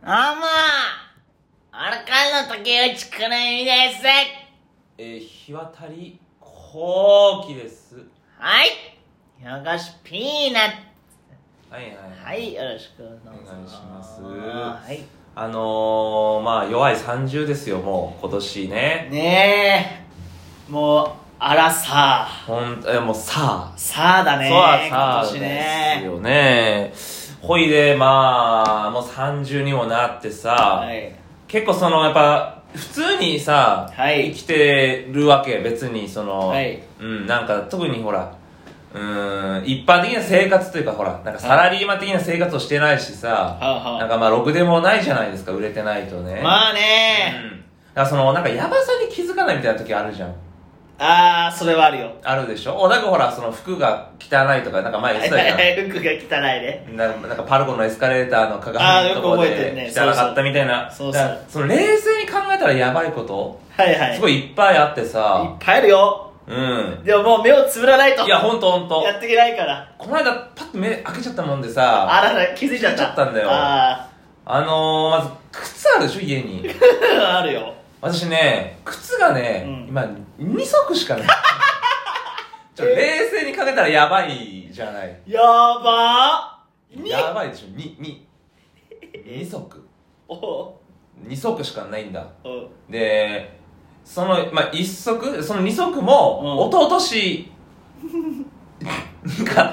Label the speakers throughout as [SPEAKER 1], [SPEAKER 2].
[SPEAKER 1] どうもアルカンの竹内くるみです
[SPEAKER 2] えー、日渡り後期です
[SPEAKER 1] はいよろしピーナッ
[SPEAKER 2] はいはい
[SPEAKER 1] ツはい、よろしくどうぞ
[SPEAKER 2] お願いします
[SPEAKER 1] はい
[SPEAKER 2] あのー、まあ弱い30ですよもう今年ね
[SPEAKER 1] ねえもう、あらさあ
[SPEAKER 2] ほんえもうさあ
[SPEAKER 1] さあだね
[SPEAKER 2] そうはさあ
[SPEAKER 1] 今年
[SPEAKER 2] です
[SPEAKER 1] ね
[SPEAKER 2] よねほいでまあもう30にもなってさ、
[SPEAKER 1] はい
[SPEAKER 2] 結構そのやっぱ普通にさ、
[SPEAKER 1] はい
[SPEAKER 2] 生きてるわけ別にその、
[SPEAKER 1] はい
[SPEAKER 2] うんなんか特にほらうーん一般的な生活というかほらなんかサラリーマン的な生活をしてないしさ、
[SPEAKER 1] はあはあ
[SPEAKER 2] なんかまあろくでもないじゃないですか売れてないとね
[SPEAKER 1] まあ
[SPEAKER 2] う
[SPEAKER 1] ね
[SPEAKER 2] ん、だからそのなんかやばさに気づかないみたいな時あるじゃん
[SPEAKER 1] ああそれはあるよ
[SPEAKER 2] あるでしょおなんかほらその服が汚いとかなんか前言ってたじゃん
[SPEAKER 1] 服が汚いね
[SPEAKER 2] ななんかパルコのエスカレーターの鏡のとこ
[SPEAKER 1] あーよく覚えてるね
[SPEAKER 2] で汚かったみたいな
[SPEAKER 1] そうそう
[SPEAKER 2] だからその冷静に考えたらやばいこと
[SPEAKER 1] はいはい
[SPEAKER 2] すごいいっぱいあって
[SPEAKER 1] いっ
[SPEAKER 2] さ
[SPEAKER 1] ぱいあるよ
[SPEAKER 2] うん
[SPEAKER 1] でももう目をつぶらないと
[SPEAKER 2] いやほんとほんと
[SPEAKER 1] やっていけないから
[SPEAKER 2] この間パッと目開けちゃったもんでさ
[SPEAKER 1] あらら気づいちゃった
[SPEAKER 2] 気づいちゃったんだよ
[SPEAKER 1] あ
[SPEAKER 2] あのー、まず靴あるでしょ家に
[SPEAKER 1] ー あるよ
[SPEAKER 2] 私ね靴がね、
[SPEAKER 1] うん
[SPEAKER 2] 今2足しか ないちょ冷静に考えたらやばいじゃない
[SPEAKER 1] やばーに
[SPEAKER 2] やばいでしょ22足
[SPEAKER 1] おお
[SPEAKER 2] 2足しかないんだ
[SPEAKER 1] お
[SPEAKER 2] でその、まあ、一足その二足
[SPEAKER 1] う
[SPEAKER 2] も
[SPEAKER 1] ん
[SPEAKER 2] 一昨年買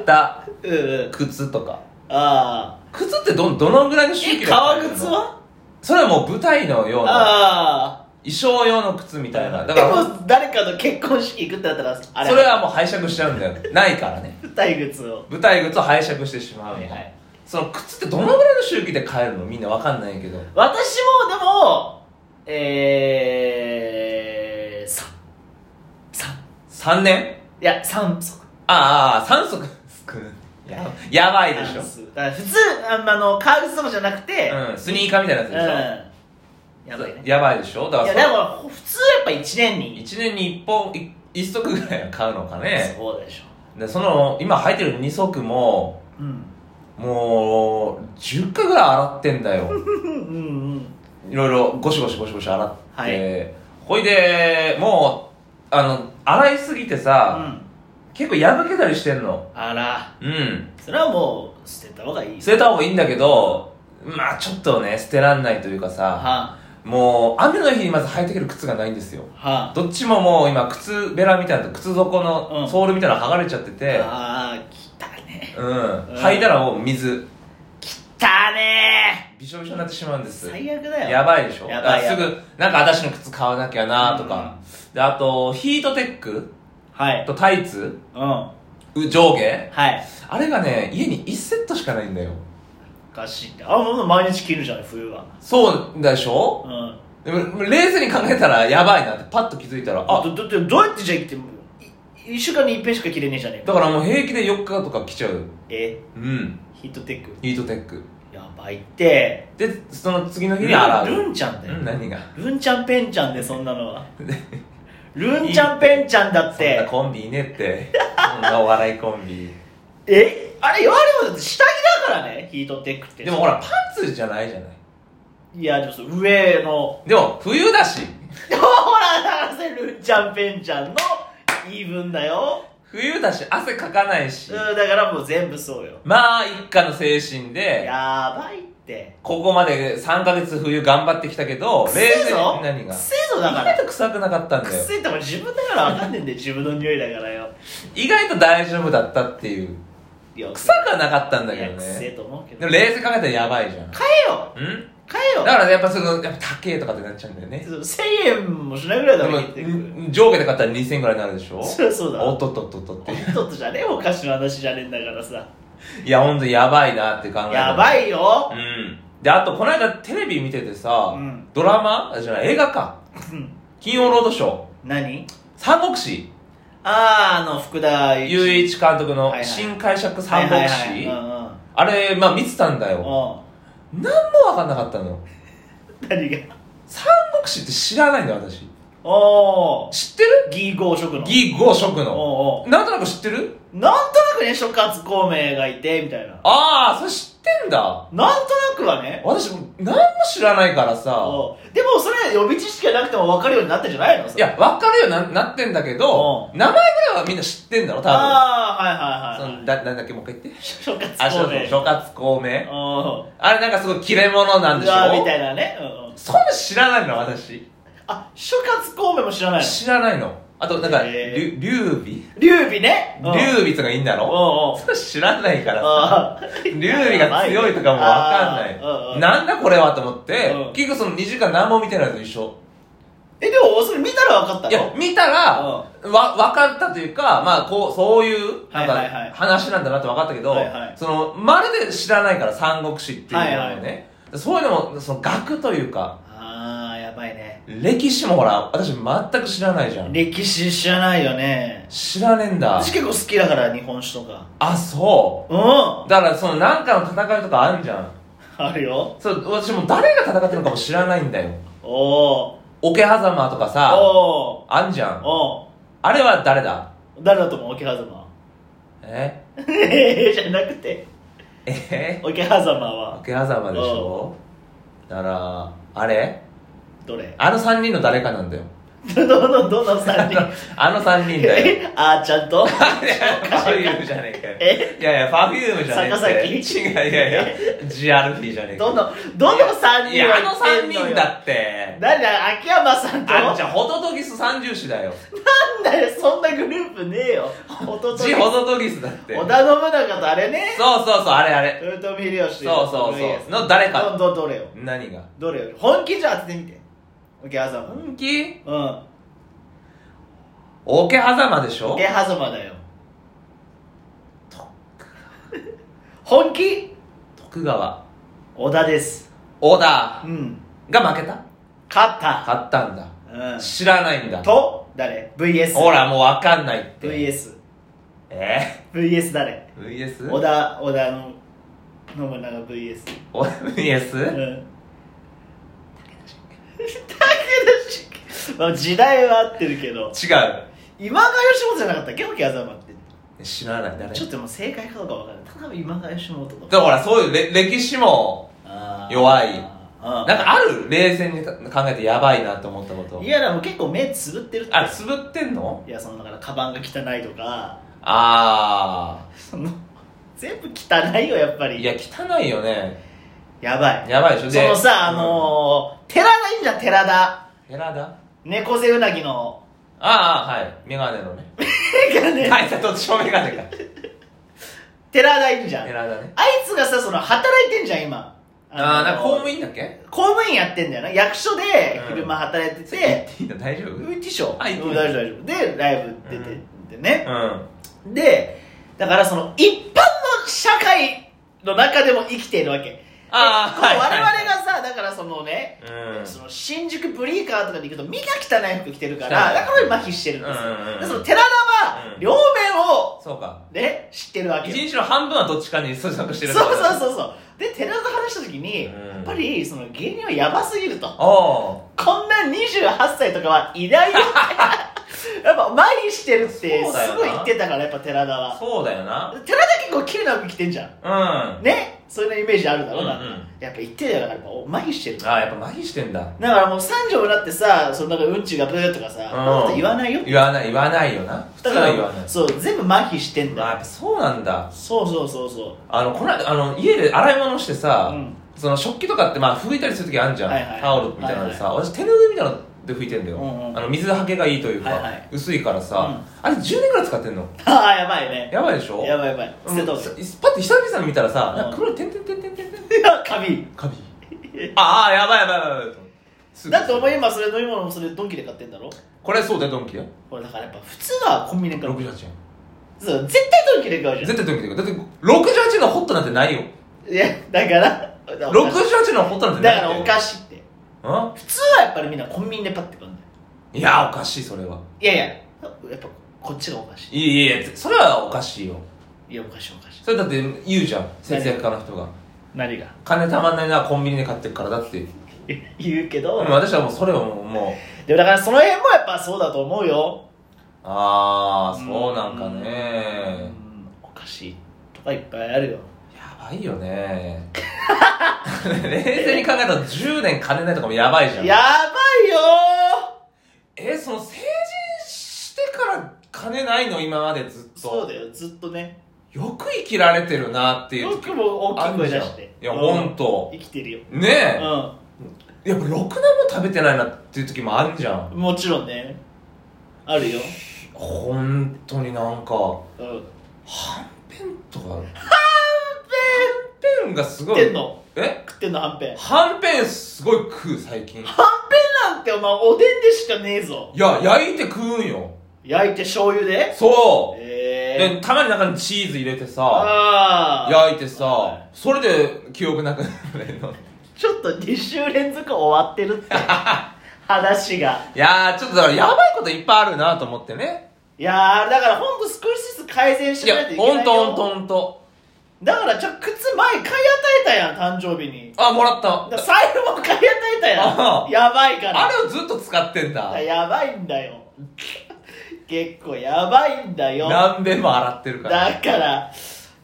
[SPEAKER 2] った
[SPEAKER 1] うんうん
[SPEAKER 2] 靴とか
[SPEAKER 1] あ
[SPEAKER 2] 靴ってどどのぐらいの
[SPEAKER 1] ー
[SPEAKER 2] 周期
[SPEAKER 1] え
[SPEAKER 2] で買
[SPEAKER 1] 革
[SPEAKER 2] えるの
[SPEAKER 1] 靴は
[SPEAKER 2] それはもう舞台のような
[SPEAKER 1] ああ
[SPEAKER 2] 衣装用の靴みたいなだ
[SPEAKER 1] で
[SPEAKER 2] から
[SPEAKER 1] も誰かの結婚式行くってなったらあれ
[SPEAKER 2] それはもう拝借しちゃうんだよないからね
[SPEAKER 1] 舞台靴を
[SPEAKER 2] 舞台靴を拝借してしまうの、
[SPEAKER 1] はいはい
[SPEAKER 2] その靴ってどのぐらいの周期で買えるのみんなわかんないけど
[SPEAKER 1] 私もでもえー、3 3
[SPEAKER 2] 3年
[SPEAKER 1] いや3足
[SPEAKER 2] ああ3足 やばやばいでしょ、
[SPEAKER 1] だから普通あんまあの革靴とかじゃなくて
[SPEAKER 2] うん、スニーカーみたいなやつ
[SPEAKER 1] うんやばい
[SPEAKER 2] でしょ、
[SPEAKER 1] ね
[SPEAKER 2] やばいでしょだ
[SPEAKER 1] い
[SPEAKER 2] から
[SPEAKER 1] や
[SPEAKER 2] そ
[SPEAKER 1] でも普通やっぱ1年に
[SPEAKER 2] 1年に1本い1足ぐらいは買うのかね
[SPEAKER 1] そうでしょ
[SPEAKER 2] でその今履いてる2足も
[SPEAKER 1] うん
[SPEAKER 2] もう10回ぐらい洗ってんだ よ
[SPEAKER 1] うんうん
[SPEAKER 2] いろいろゴシゴシゴシゴシ洗って、
[SPEAKER 1] はい
[SPEAKER 2] ほいでもうあの洗いすぎて
[SPEAKER 1] う
[SPEAKER 2] さ、
[SPEAKER 1] ん
[SPEAKER 2] 結構破けたりしてんの
[SPEAKER 1] あら
[SPEAKER 2] うん
[SPEAKER 1] それはもう捨てた方がいい
[SPEAKER 2] 捨てた方がいいんだけどまあちょっとね捨てらんないというかさ
[SPEAKER 1] は
[SPEAKER 2] もう雨の日にまず履いてくる靴がないんですよ
[SPEAKER 1] あはあ
[SPEAKER 2] どっちももう今靴べらみたいな靴底
[SPEAKER 1] うん
[SPEAKER 2] のソールみたいなの剥がれちゃってて、
[SPEAKER 1] ああ汚ね
[SPEAKER 2] うん
[SPEAKER 1] うん
[SPEAKER 2] 履いたらもう水
[SPEAKER 1] 汚ね
[SPEAKER 2] びしょびしょになってしまうんです
[SPEAKER 1] 最悪だよ
[SPEAKER 2] やばいでしょ
[SPEAKER 1] やばい
[SPEAKER 2] だからすぐなんか私の靴買わなきゃなとか、であとヒートテック
[SPEAKER 1] はい
[SPEAKER 2] とタイツ
[SPEAKER 1] うんは
[SPEAKER 2] う上下
[SPEAKER 1] い
[SPEAKER 2] あれがね家に1セットしかないんだよ
[SPEAKER 1] おかしいってあもう毎日着るじゃない冬は
[SPEAKER 2] そうでしょ
[SPEAKER 1] うん
[SPEAKER 2] でも冷静に考えたらやばいなってパッと気づいたら
[SPEAKER 1] あ
[SPEAKER 2] あ
[SPEAKER 1] どどどどうやってじゃあ行っても1週間に一遍しか着れねえじゃねえ
[SPEAKER 2] だ
[SPEAKER 1] か
[SPEAKER 2] からもう平気で4日とか来ちゃう
[SPEAKER 1] え
[SPEAKER 2] うん
[SPEAKER 1] ヒートテック
[SPEAKER 2] ヒートテック
[SPEAKER 1] やばいって
[SPEAKER 2] でその次の日に洗う
[SPEAKER 1] ルンちゃんだよ
[SPEAKER 2] うん何が
[SPEAKER 1] ルンちゃんペンちゃんでそんなのはルンちゃんペンちゃんだっ
[SPEAKER 2] そんな
[SPEAKER 1] て
[SPEAKER 2] コンビいねってそんなお笑いコン ビ
[SPEAKER 1] えあれ言われもだって下着だからねヒートテックって
[SPEAKER 2] でもほらパンツじゃないじゃない
[SPEAKER 1] いやでもその上 の
[SPEAKER 2] でも冬だし
[SPEAKER 1] ほらだからそれルンちゃんペンちゃんの言い分だよ
[SPEAKER 2] 冬だし汗かかないし
[SPEAKER 1] うんだからもう全部そうよ
[SPEAKER 2] まあ一家の精神で
[SPEAKER 1] やばいって
[SPEAKER 2] ここまで3ヶ月冬頑張ってきたけど
[SPEAKER 1] く
[SPEAKER 2] 冷
[SPEAKER 1] せえ
[SPEAKER 2] 静に
[SPEAKER 1] ぞ
[SPEAKER 2] 何
[SPEAKER 1] く
[SPEAKER 2] が
[SPEAKER 1] せえぞだか
[SPEAKER 2] 意外
[SPEAKER 1] ら
[SPEAKER 2] と臭くなかったん
[SPEAKER 1] く
[SPEAKER 2] だよ
[SPEAKER 1] せえっても自分だから分かんねえんだよ自分の匂いだからよ
[SPEAKER 2] 意外と大丈夫だったっていう
[SPEAKER 1] いや
[SPEAKER 2] 臭くはなかったんだ
[SPEAKER 1] い
[SPEAKER 2] け
[SPEAKER 1] や
[SPEAKER 2] ど
[SPEAKER 1] くせえ
[SPEAKER 2] ね
[SPEAKER 1] と思うけど
[SPEAKER 2] でも冷静に考えたらやばいじゃん
[SPEAKER 1] 買えよ
[SPEAKER 2] うん
[SPEAKER 1] 買え
[SPEAKER 2] だ
[SPEAKER 1] よ
[SPEAKER 2] からねやっぱそのやっぱ高えとかってなっちゃうんだよね
[SPEAKER 1] 1000円もしないぐらい
[SPEAKER 2] で
[SPEAKER 1] だ
[SPEAKER 2] も
[SPEAKER 1] ろヒートテック
[SPEAKER 2] ん上下で買ったら2000円ぐらいになるでしょ
[SPEAKER 1] そうそうだ
[SPEAKER 2] おっとっとっとっとっていう
[SPEAKER 1] 本当とじゃねえお菓子の話じゃねえんだからさ
[SPEAKER 2] いや、ほんとやばいなって考えた
[SPEAKER 1] やばいよ
[SPEAKER 2] うん。で、あと、この間テレビ見ててさ、
[SPEAKER 1] うん
[SPEAKER 2] ドラマあじゃない、映画か。
[SPEAKER 1] うん
[SPEAKER 2] 金曜ロードショー。
[SPEAKER 1] 何
[SPEAKER 2] 三国志。
[SPEAKER 1] あああの福田
[SPEAKER 2] 雄一監督
[SPEAKER 1] は
[SPEAKER 2] の
[SPEAKER 1] いはい
[SPEAKER 2] 新解釈三国
[SPEAKER 1] はい
[SPEAKER 2] 志
[SPEAKER 1] は。いは
[SPEAKER 2] あれ、まあ見てたんだ
[SPEAKER 1] いうんう
[SPEAKER 2] よ。
[SPEAKER 1] んうん
[SPEAKER 2] 何もわかんなかったのよ。
[SPEAKER 1] 何が
[SPEAKER 2] 三国志って知らないんだよ、私。
[SPEAKER 1] おお
[SPEAKER 2] 知ってる
[SPEAKER 1] 義合職の
[SPEAKER 2] 義五色の。
[SPEAKER 1] おうお
[SPEAKER 2] なんとなく知ってる
[SPEAKER 1] うなんとなくね諸葛孔明がいてみたいな
[SPEAKER 2] ああ、それ知ってんだ
[SPEAKER 1] なんとなくはね
[SPEAKER 2] 私も何も知らないからさ
[SPEAKER 1] うんでもそれ予備知識がなくても分かるようになったんじゃないの
[SPEAKER 2] いや分かるようにななってんだけど
[SPEAKER 1] う
[SPEAKER 2] 名前ぐらいはみんな知ってんだろ多
[SPEAKER 1] ああーは
[SPEAKER 2] 分そ
[SPEAKER 1] いはいは
[SPEAKER 2] の
[SPEAKER 1] い
[SPEAKER 2] だなんだっけもう一回言って
[SPEAKER 1] 諸葛
[SPEAKER 2] あそう
[SPEAKER 1] 孔
[SPEAKER 2] そう
[SPEAKER 1] 明
[SPEAKER 2] 諸葛孔明
[SPEAKER 1] うん
[SPEAKER 2] あれなんかすごい切れ者なんでし
[SPEAKER 1] うわーみた
[SPEAKER 2] ょ
[SPEAKER 1] いなね、うんうん、
[SPEAKER 2] そんな知らないの私
[SPEAKER 1] あ諸葛孔明も知らないの
[SPEAKER 2] 知らないのあとなんか
[SPEAKER 1] へー
[SPEAKER 2] りゅ劉備
[SPEAKER 1] 劉備ねうん
[SPEAKER 2] 劉備とかいいんだろ
[SPEAKER 1] うんうん
[SPEAKER 2] そんな知らないからさ
[SPEAKER 1] あ
[SPEAKER 2] 劉
[SPEAKER 1] ー
[SPEAKER 2] 備が強いとかもわかんな
[SPEAKER 1] あーうんう
[SPEAKER 2] い
[SPEAKER 1] ん
[SPEAKER 2] なんだこれはと思って
[SPEAKER 1] うん
[SPEAKER 2] 結局その2時間何も見てないのと一緒
[SPEAKER 1] えでもそれ見たら分かったの
[SPEAKER 2] いや見たら
[SPEAKER 1] うん
[SPEAKER 2] わ分かったというかまあこうそういうなん
[SPEAKER 1] はいはいは
[SPEAKER 2] か
[SPEAKER 1] い
[SPEAKER 2] 話なんだなって分かったけど
[SPEAKER 1] はいはい
[SPEAKER 2] そのまるで知らないから三国志っていうのをね、
[SPEAKER 1] はいは
[SPEAKER 2] そういうのもその学というか
[SPEAKER 1] あーやばいね
[SPEAKER 2] 歴史もほら私全く知らないじゃん
[SPEAKER 1] 歴史知らないよね
[SPEAKER 2] 知らねえんだ
[SPEAKER 1] 私結構好きだから日本史とか
[SPEAKER 2] あそう
[SPEAKER 1] うん
[SPEAKER 2] だからそのなんかの戦いとかあるじゃん
[SPEAKER 1] あるよ
[SPEAKER 2] そう私もう誰が戦ってるのかも知らないんだよ
[SPEAKER 1] おー
[SPEAKER 2] 桶狭間とかさ
[SPEAKER 1] お
[SPEAKER 2] あんじゃ
[SPEAKER 1] ー
[SPEAKER 2] ん
[SPEAKER 1] お
[SPEAKER 2] あれは誰だ
[SPEAKER 1] ー誰だと思う桶狭間
[SPEAKER 2] え
[SPEAKER 1] ええじゃなくて
[SPEAKER 2] え
[SPEAKER 1] 桶狭間は
[SPEAKER 2] 桶狭間でしょだからあれ
[SPEAKER 1] どれ
[SPEAKER 2] あの3人の誰かなんだよ
[SPEAKER 1] どのどの3人
[SPEAKER 2] あの3人だよ
[SPEAKER 1] あーちゃんと
[SPEAKER 2] パフュームじゃねえかよ
[SPEAKER 1] え
[SPEAKER 2] いやいやパフュームじゃねえ
[SPEAKER 1] 坂崎
[SPEAKER 2] 違ういやいやジアルフィーじゃねえか
[SPEAKER 1] どのどの3
[SPEAKER 2] い
[SPEAKER 1] 人
[SPEAKER 2] や
[SPEAKER 1] は
[SPEAKER 2] あ
[SPEAKER 1] 言
[SPEAKER 2] の
[SPEAKER 1] って
[SPEAKER 2] 3
[SPEAKER 1] んのよ
[SPEAKER 2] 人だって
[SPEAKER 1] なんだ秋山さんと
[SPEAKER 2] あんじゃんホトトギス三重士だよ
[SPEAKER 1] なんだよそんなグループねえよおとと
[SPEAKER 2] ジホトトギスだって
[SPEAKER 1] 織田信長とあれね
[SPEAKER 2] そうそうそうあれあれ
[SPEAKER 1] 豊臣秀吉
[SPEAKER 2] そうそうそうの誰か
[SPEAKER 1] どどどれよ
[SPEAKER 2] 何が
[SPEAKER 1] どれよ本気じゃ当ててみて桶狭間
[SPEAKER 2] 本気
[SPEAKER 1] うん
[SPEAKER 2] 桶狭間でしょ
[SPEAKER 1] 桶狭間だよ本気
[SPEAKER 2] 徳川
[SPEAKER 1] 織田です
[SPEAKER 2] 織田
[SPEAKER 1] うん
[SPEAKER 2] が負けた
[SPEAKER 1] 勝った
[SPEAKER 2] 勝ったんだ
[SPEAKER 1] う
[SPEAKER 2] 知らないんだ
[SPEAKER 1] んと誰 VS
[SPEAKER 2] ほらもう分かんないって
[SPEAKER 1] VSVS
[SPEAKER 2] え
[SPEAKER 1] 誰
[SPEAKER 2] ー、VS?
[SPEAKER 1] 織田織田の信長 VS
[SPEAKER 2] お VS?
[SPEAKER 1] うん武田信玄まあ時代は合ってるけど
[SPEAKER 2] 違う
[SPEAKER 1] 今川義元じゃなかったっけ桶狭間って
[SPEAKER 2] 知らない誰
[SPEAKER 1] ちょっともう正解かどうかわからないただ今川義元と
[SPEAKER 2] でもほらそういうれ歴史も
[SPEAKER 1] あー
[SPEAKER 2] 弱い
[SPEAKER 1] あー
[SPEAKER 2] なんかある冷静に考えてやばいなって思ったこと
[SPEAKER 1] いやでも結構目つぶってるって
[SPEAKER 2] あつぶってんの
[SPEAKER 1] いやそのだからカバンが汚いとか
[SPEAKER 2] あ
[SPEAKER 1] その全部汚いよやっぱ
[SPEAKER 2] あ
[SPEAKER 1] り
[SPEAKER 2] いや汚いよね
[SPEAKER 1] やばい
[SPEAKER 2] やばいでしょ
[SPEAKER 1] そ
[SPEAKER 2] で
[SPEAKER 1] のさあのー、寺田いいんじゃん寺田
[SPEAKER 2] うん寺田
[SPEAKER 1] 猫背うなぎの
[SPEAKER 2] ああはいメガネのね
[SPEAKER 1] てかね
[SPEAKER 2] 会社と正メガネか
[SPEAKER 1] 寺田いいんじゃん
[SPEAKER 2] 寺田ね
[SPEAKER 1] あいつがさその働いてんじゃん今
[SPEAKER 2] ああー
[SPEAKER 1] の
[SPEAKER 2] なんか公務員だっけ
[SPEAKER 1] 公務員やってんだよな役所で
[SPEAKER 2] うん
[SPEAKER 1] 昼間働いて、
[SPEAKER 2] 言ってていいの大丈夫う
[SPEAKER 1] うんん、ティッシュ
[SPEAKER 2] あいい
[SPEAKER 1] うん大丈夫大丈夫でライブ出てってね、
[SPEAKER 2] は
[SPEAKER 1] でだからその一般の社会の中でも生きているわけ
[SPEAKER 2] あー
[SPEAKER 1] で
[SPEAKER 2] はい
[SPEAKER 1] この我々
[SPEAKER 2] はい
[SPEAKER 1] がさだからそのね、
[SPEAKER 2] うん
[SPEAKER 1] その新宿ブリーカーとかに行くと身が汚い服着てるから
[SPEAKER 2] 汚い
[SPEAKER 1] だから麻痺してるんですよ、
[SPEAKER 2] うんうんうん
[SPEAKER 1] でその寺田は
[SPEAKER 2] うん
[SPEAKER 1] 両面を
[SPEAKER 2] そうか
[SPEAKER 1] ね知ってるわけ
[SPEAKER 2] 一
[SPEAKER 1] よ
[SPEAKER 2] 日の半分はどっちかに所属してる
[SPEAKER 1] そうそう
[SPEAKER 2] う
[SPEAKER 1] そうそうで寺田と話した時に、
[SPEAKER 2] うん
[SPEAKER 1] やっぱりその芸人はヤバすぎると
[SPEAKER 2] おう
[SPEAKER 1] こんな28歳とかはいないよ やっぱ麻痺してるって
[SPEAKER 2] そうだよ
[SPEAKER 1] す
[SPEAKER 2] な
[SPEAKER 1] ごい言ってたからやっぱ寺田は
[SPEAKER 2] そうだよな
[SPEAKER 1] 寺田結構綺麗な服着てんじゃん
[SPEAKER 2] うんあ
[SPEAKER 1] ねそういうイメージあるだろうな、
[SPEAKER 2] うんうん
[SPEAKER 1] やっぱ言ってたよだからやっぱお麻痺してるだか
[SPEAKER 2] あやっぱ麻痺してんだ
[SPEAKER 1] らもう三条になってさそのなんかうんちがブーとかさ、
[SPEAKER 2] うん
[SPEAKER 1] こと言わないよ
[SPEAKER 2] 言わない言わないよな普
[SPEAKER 1] だ
[SPEAKER 2] 通
[SPEAKER 1] か
[SPEAKER 2] は言わな
[SPEAKER 1] ら
[SPEAKER 2] い
[SPEAKER 1] そう全部麻痺してん
[SPEAKER 2] あやっ
[SPEAKER 1] だ
[SPEAKER 2] ぱそうなんだ
[SPEAKER 1] そうそうそうそう
[SPEAKER 2] あのこの間あの家で洗い物してさ、
[SPEAKER 1] うん
[SPEAKER 2] その食器とかってまあ拭いたりする時あるじゃん、
[SPEAKER 1] はいはい
[SPEAKER 2] タオルみたいなのでさ、私手拭いみたいなので拭いてんだよ、
[SPEAKER 1] うんうん
[SPEAKER 2] あの水はけがいいというか、
[SPEAKER 1] はいはい
[SPEAKER 2] 薄いからさ、あれ10年ぐらい使ってんの
[SPEAKER 1] ああやばいね
[SPEAKER 2] やばいでしょ
[SPEAKER 1] やばいやばい捨てた方がいい
[SPEAKER 2] うんパッて久々に見たらさ、
[SPEAKER 1] うん
[SPEAKER 2] なんか黒い点々点々点々
[SPEAKER 1] いや カビ
[SPEAKER 2] カビああやばいやばいやばいやばいすぐ
[SPEAKER 1] だってお前今それ飲み物もそれドンキで買ってんだろ
[SPEAKER 2] これそうだよドンキだよ
[SPEAKER 1] これだからやっぱ普通はコンビニで買う
[SPEAKER 2] 68円
[SPEAKER 1] そう絶対ドンキで買うじゃん
[SPEAKER 2] 絶対ドンキだよだって68円のホットなんてないよ
[SPEAKER 1] いやだから68
[SPEAKER 2] 68円のホットなんてな
[SPEAKER 1] だ
[SPEAKER 2] い
[SPEAKER 1] か
[SPEAKER 2] よ
[SPEAKER 1] らおかしいって
[SPEAKER 2] うん
[SPEAKER 1] 普通はやっぱりみんなコンビニでパッて買うんだよ
[SPEAKER 2] いやおかしいそれはい
[SPEAKER 1] やいややっぱこっちがおかしい
[SPEAKER 2] いやいやそれはおかしいよ
[SPEAKER 1] いやおかしいおかしい
[SPEAKER 2] それだって言うじゃん節約家の人が
[SPEAKER 1] 何が
[SPEAKER 2] 金たまんないなコンビニで買ってるからだって
[SPEAKER 1] 言うけど、
[SPEAKER 2] うん私はもうそれはもうもう
[SPEAKER 1] でもだからその辺もやっぱそうだと思うよ
[SPEAKER 2] ああそうなんか
[SPEAKER 1] う
[SPEAKER 2] ね
[SPEAKER 1] んおかしいとかいっぱいあるよ
[SPEAKER 2] やばないよ ね冷静に考えたら10年金ないとかもやばいじゃん
[SPEAKER 1] やばいよ
[SPEAKER 2] えその成人してから金ないの今までずっと
[SPEAKER 1] ーそうだよずっとね
[SPEAKER 2] よく生きられてるなっていう
[SPEAKER 1] よ
[SPEAKER 2] 時
[SPEAKER 1] くも大きい声出し
[SPEAKER 2] ある
[SPEAKER 1] て
[SPEAKER 2] じゃんいや
[SPEAKER 1] うん
[SPEAKER 2] 本当
[SPEAKER 1] 生きてるよ
[SPEAKER 2] ねえ、やっぱろくなもん食べてないなっていう時もあるじゃん
[SPEAKER 1] うんもちろんねあるよ
[SPEAKER 2] 本当になんかは
[SPEAKER 1] うん
[SPEAKER 2] んぺんとかはんぺんがすご
[SPEAKER 1] 食っ
[SPEAKER 2] い
[SPEAKER 1] てんの
[SPEAKER 2] え
[SPEAKER 1] 食ってんのはんぺん
[SPEAKER 2] はんぺんすごい食う最近い
[SPEAKER 1] なんてお前おでんでしかねえぞ
[SPEAKER 2] や焼いて食うんよ
[SPEAKER 1] 焼いて醤油で
[SPEAKER 2] そう、
[SPEAKER 1] ええ
[SPEAKER 2] でたまに中にチーズ入れてさ
[SPEAKER 1] ああ
[SPEAKER 2] 焼いてさ、
[SPEAKER 1] は
[SPEAKER 2] それで記憶なくなるの
[SPEAKER 1] ちょっと2週連続終わってるって 話が
[SPEAKER 2] いやーちょっとだからやばいこといっぱいあるなと思ってね
[SPEAKER 1] いやーだからほんと少しずつ改善し
[SPEAKER 2] い
[SPEAKER 1] ない
[SPEAKER 2] や
[SPEAKER 1] といけないよ
[SPEAKER 2] ほんとほんとほんと
[SPEAKER 1] だからちょ靴前買い与えたやん誕生日に
[SPEAKER 2] あもらった
[SPEAKER 1] だから財布も買い与えたや
[SPEAKER 2] あ
[SPEAKER 1] んやばいから
[SPEAKER 2] あれをずっと使ってんだ
[SPEAKER 1] やばいんだよ 結構やばいんだよ
[SPEAKER 2] 何べんも洗ってるから
[SPEAKER 1] だから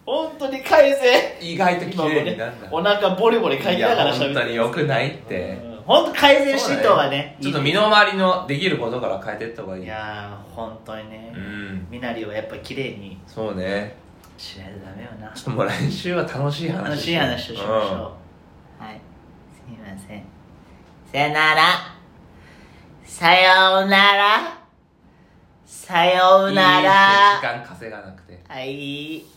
[SPEAKER 1] 本当に改善
[SPEAKER 2] 意外と綺
[SPEAKER 1] 今も
[SPEAKER 2] 麗にな
[SPEAKER 1] ね
[SPEAKER 2] るんだ
[SPEAKER 1] お腹ボリボリかい
[SPEAKER 2] い
[SPEAKER 1] なが
[SPEAKER 2] や
[SPEAKER 1] ら
[SPEAKER 2] 本
[SPEAKER 1] 喋
[SPEAKER 2] 当
[SPEAKER 1] って
[SPEAKER 2] に良くないって、
[SPEAKER 1] うん本当改善していった方がね
[SPEAKER 2] ちょっと
[SPEAKER 1] い
[SPEAKER 2] 身の回りのできることから変えていった方がい
[SPEAKER 1] い
[SPEAKER 2] い
[SPEAKER 1] やー本当にね
[SPEAKER 2] うん
[SPEAKER 1] 身なりはやっぱ綺麗に
[SPEAKER 2] そうね
[SPEAKER 1] しないとダメよな
[SPEAKER 2] ちょっともう来週は楽しい話
[SPEAKER 1] 楽しい話をしましょう、はいすみませんさよならさようならさよ
[SPEAKER 2] うん
[SPEAKER 1] うなら
[SPEAKER 2] いいですね時間稼がなくて
[SPEAKER 1] はい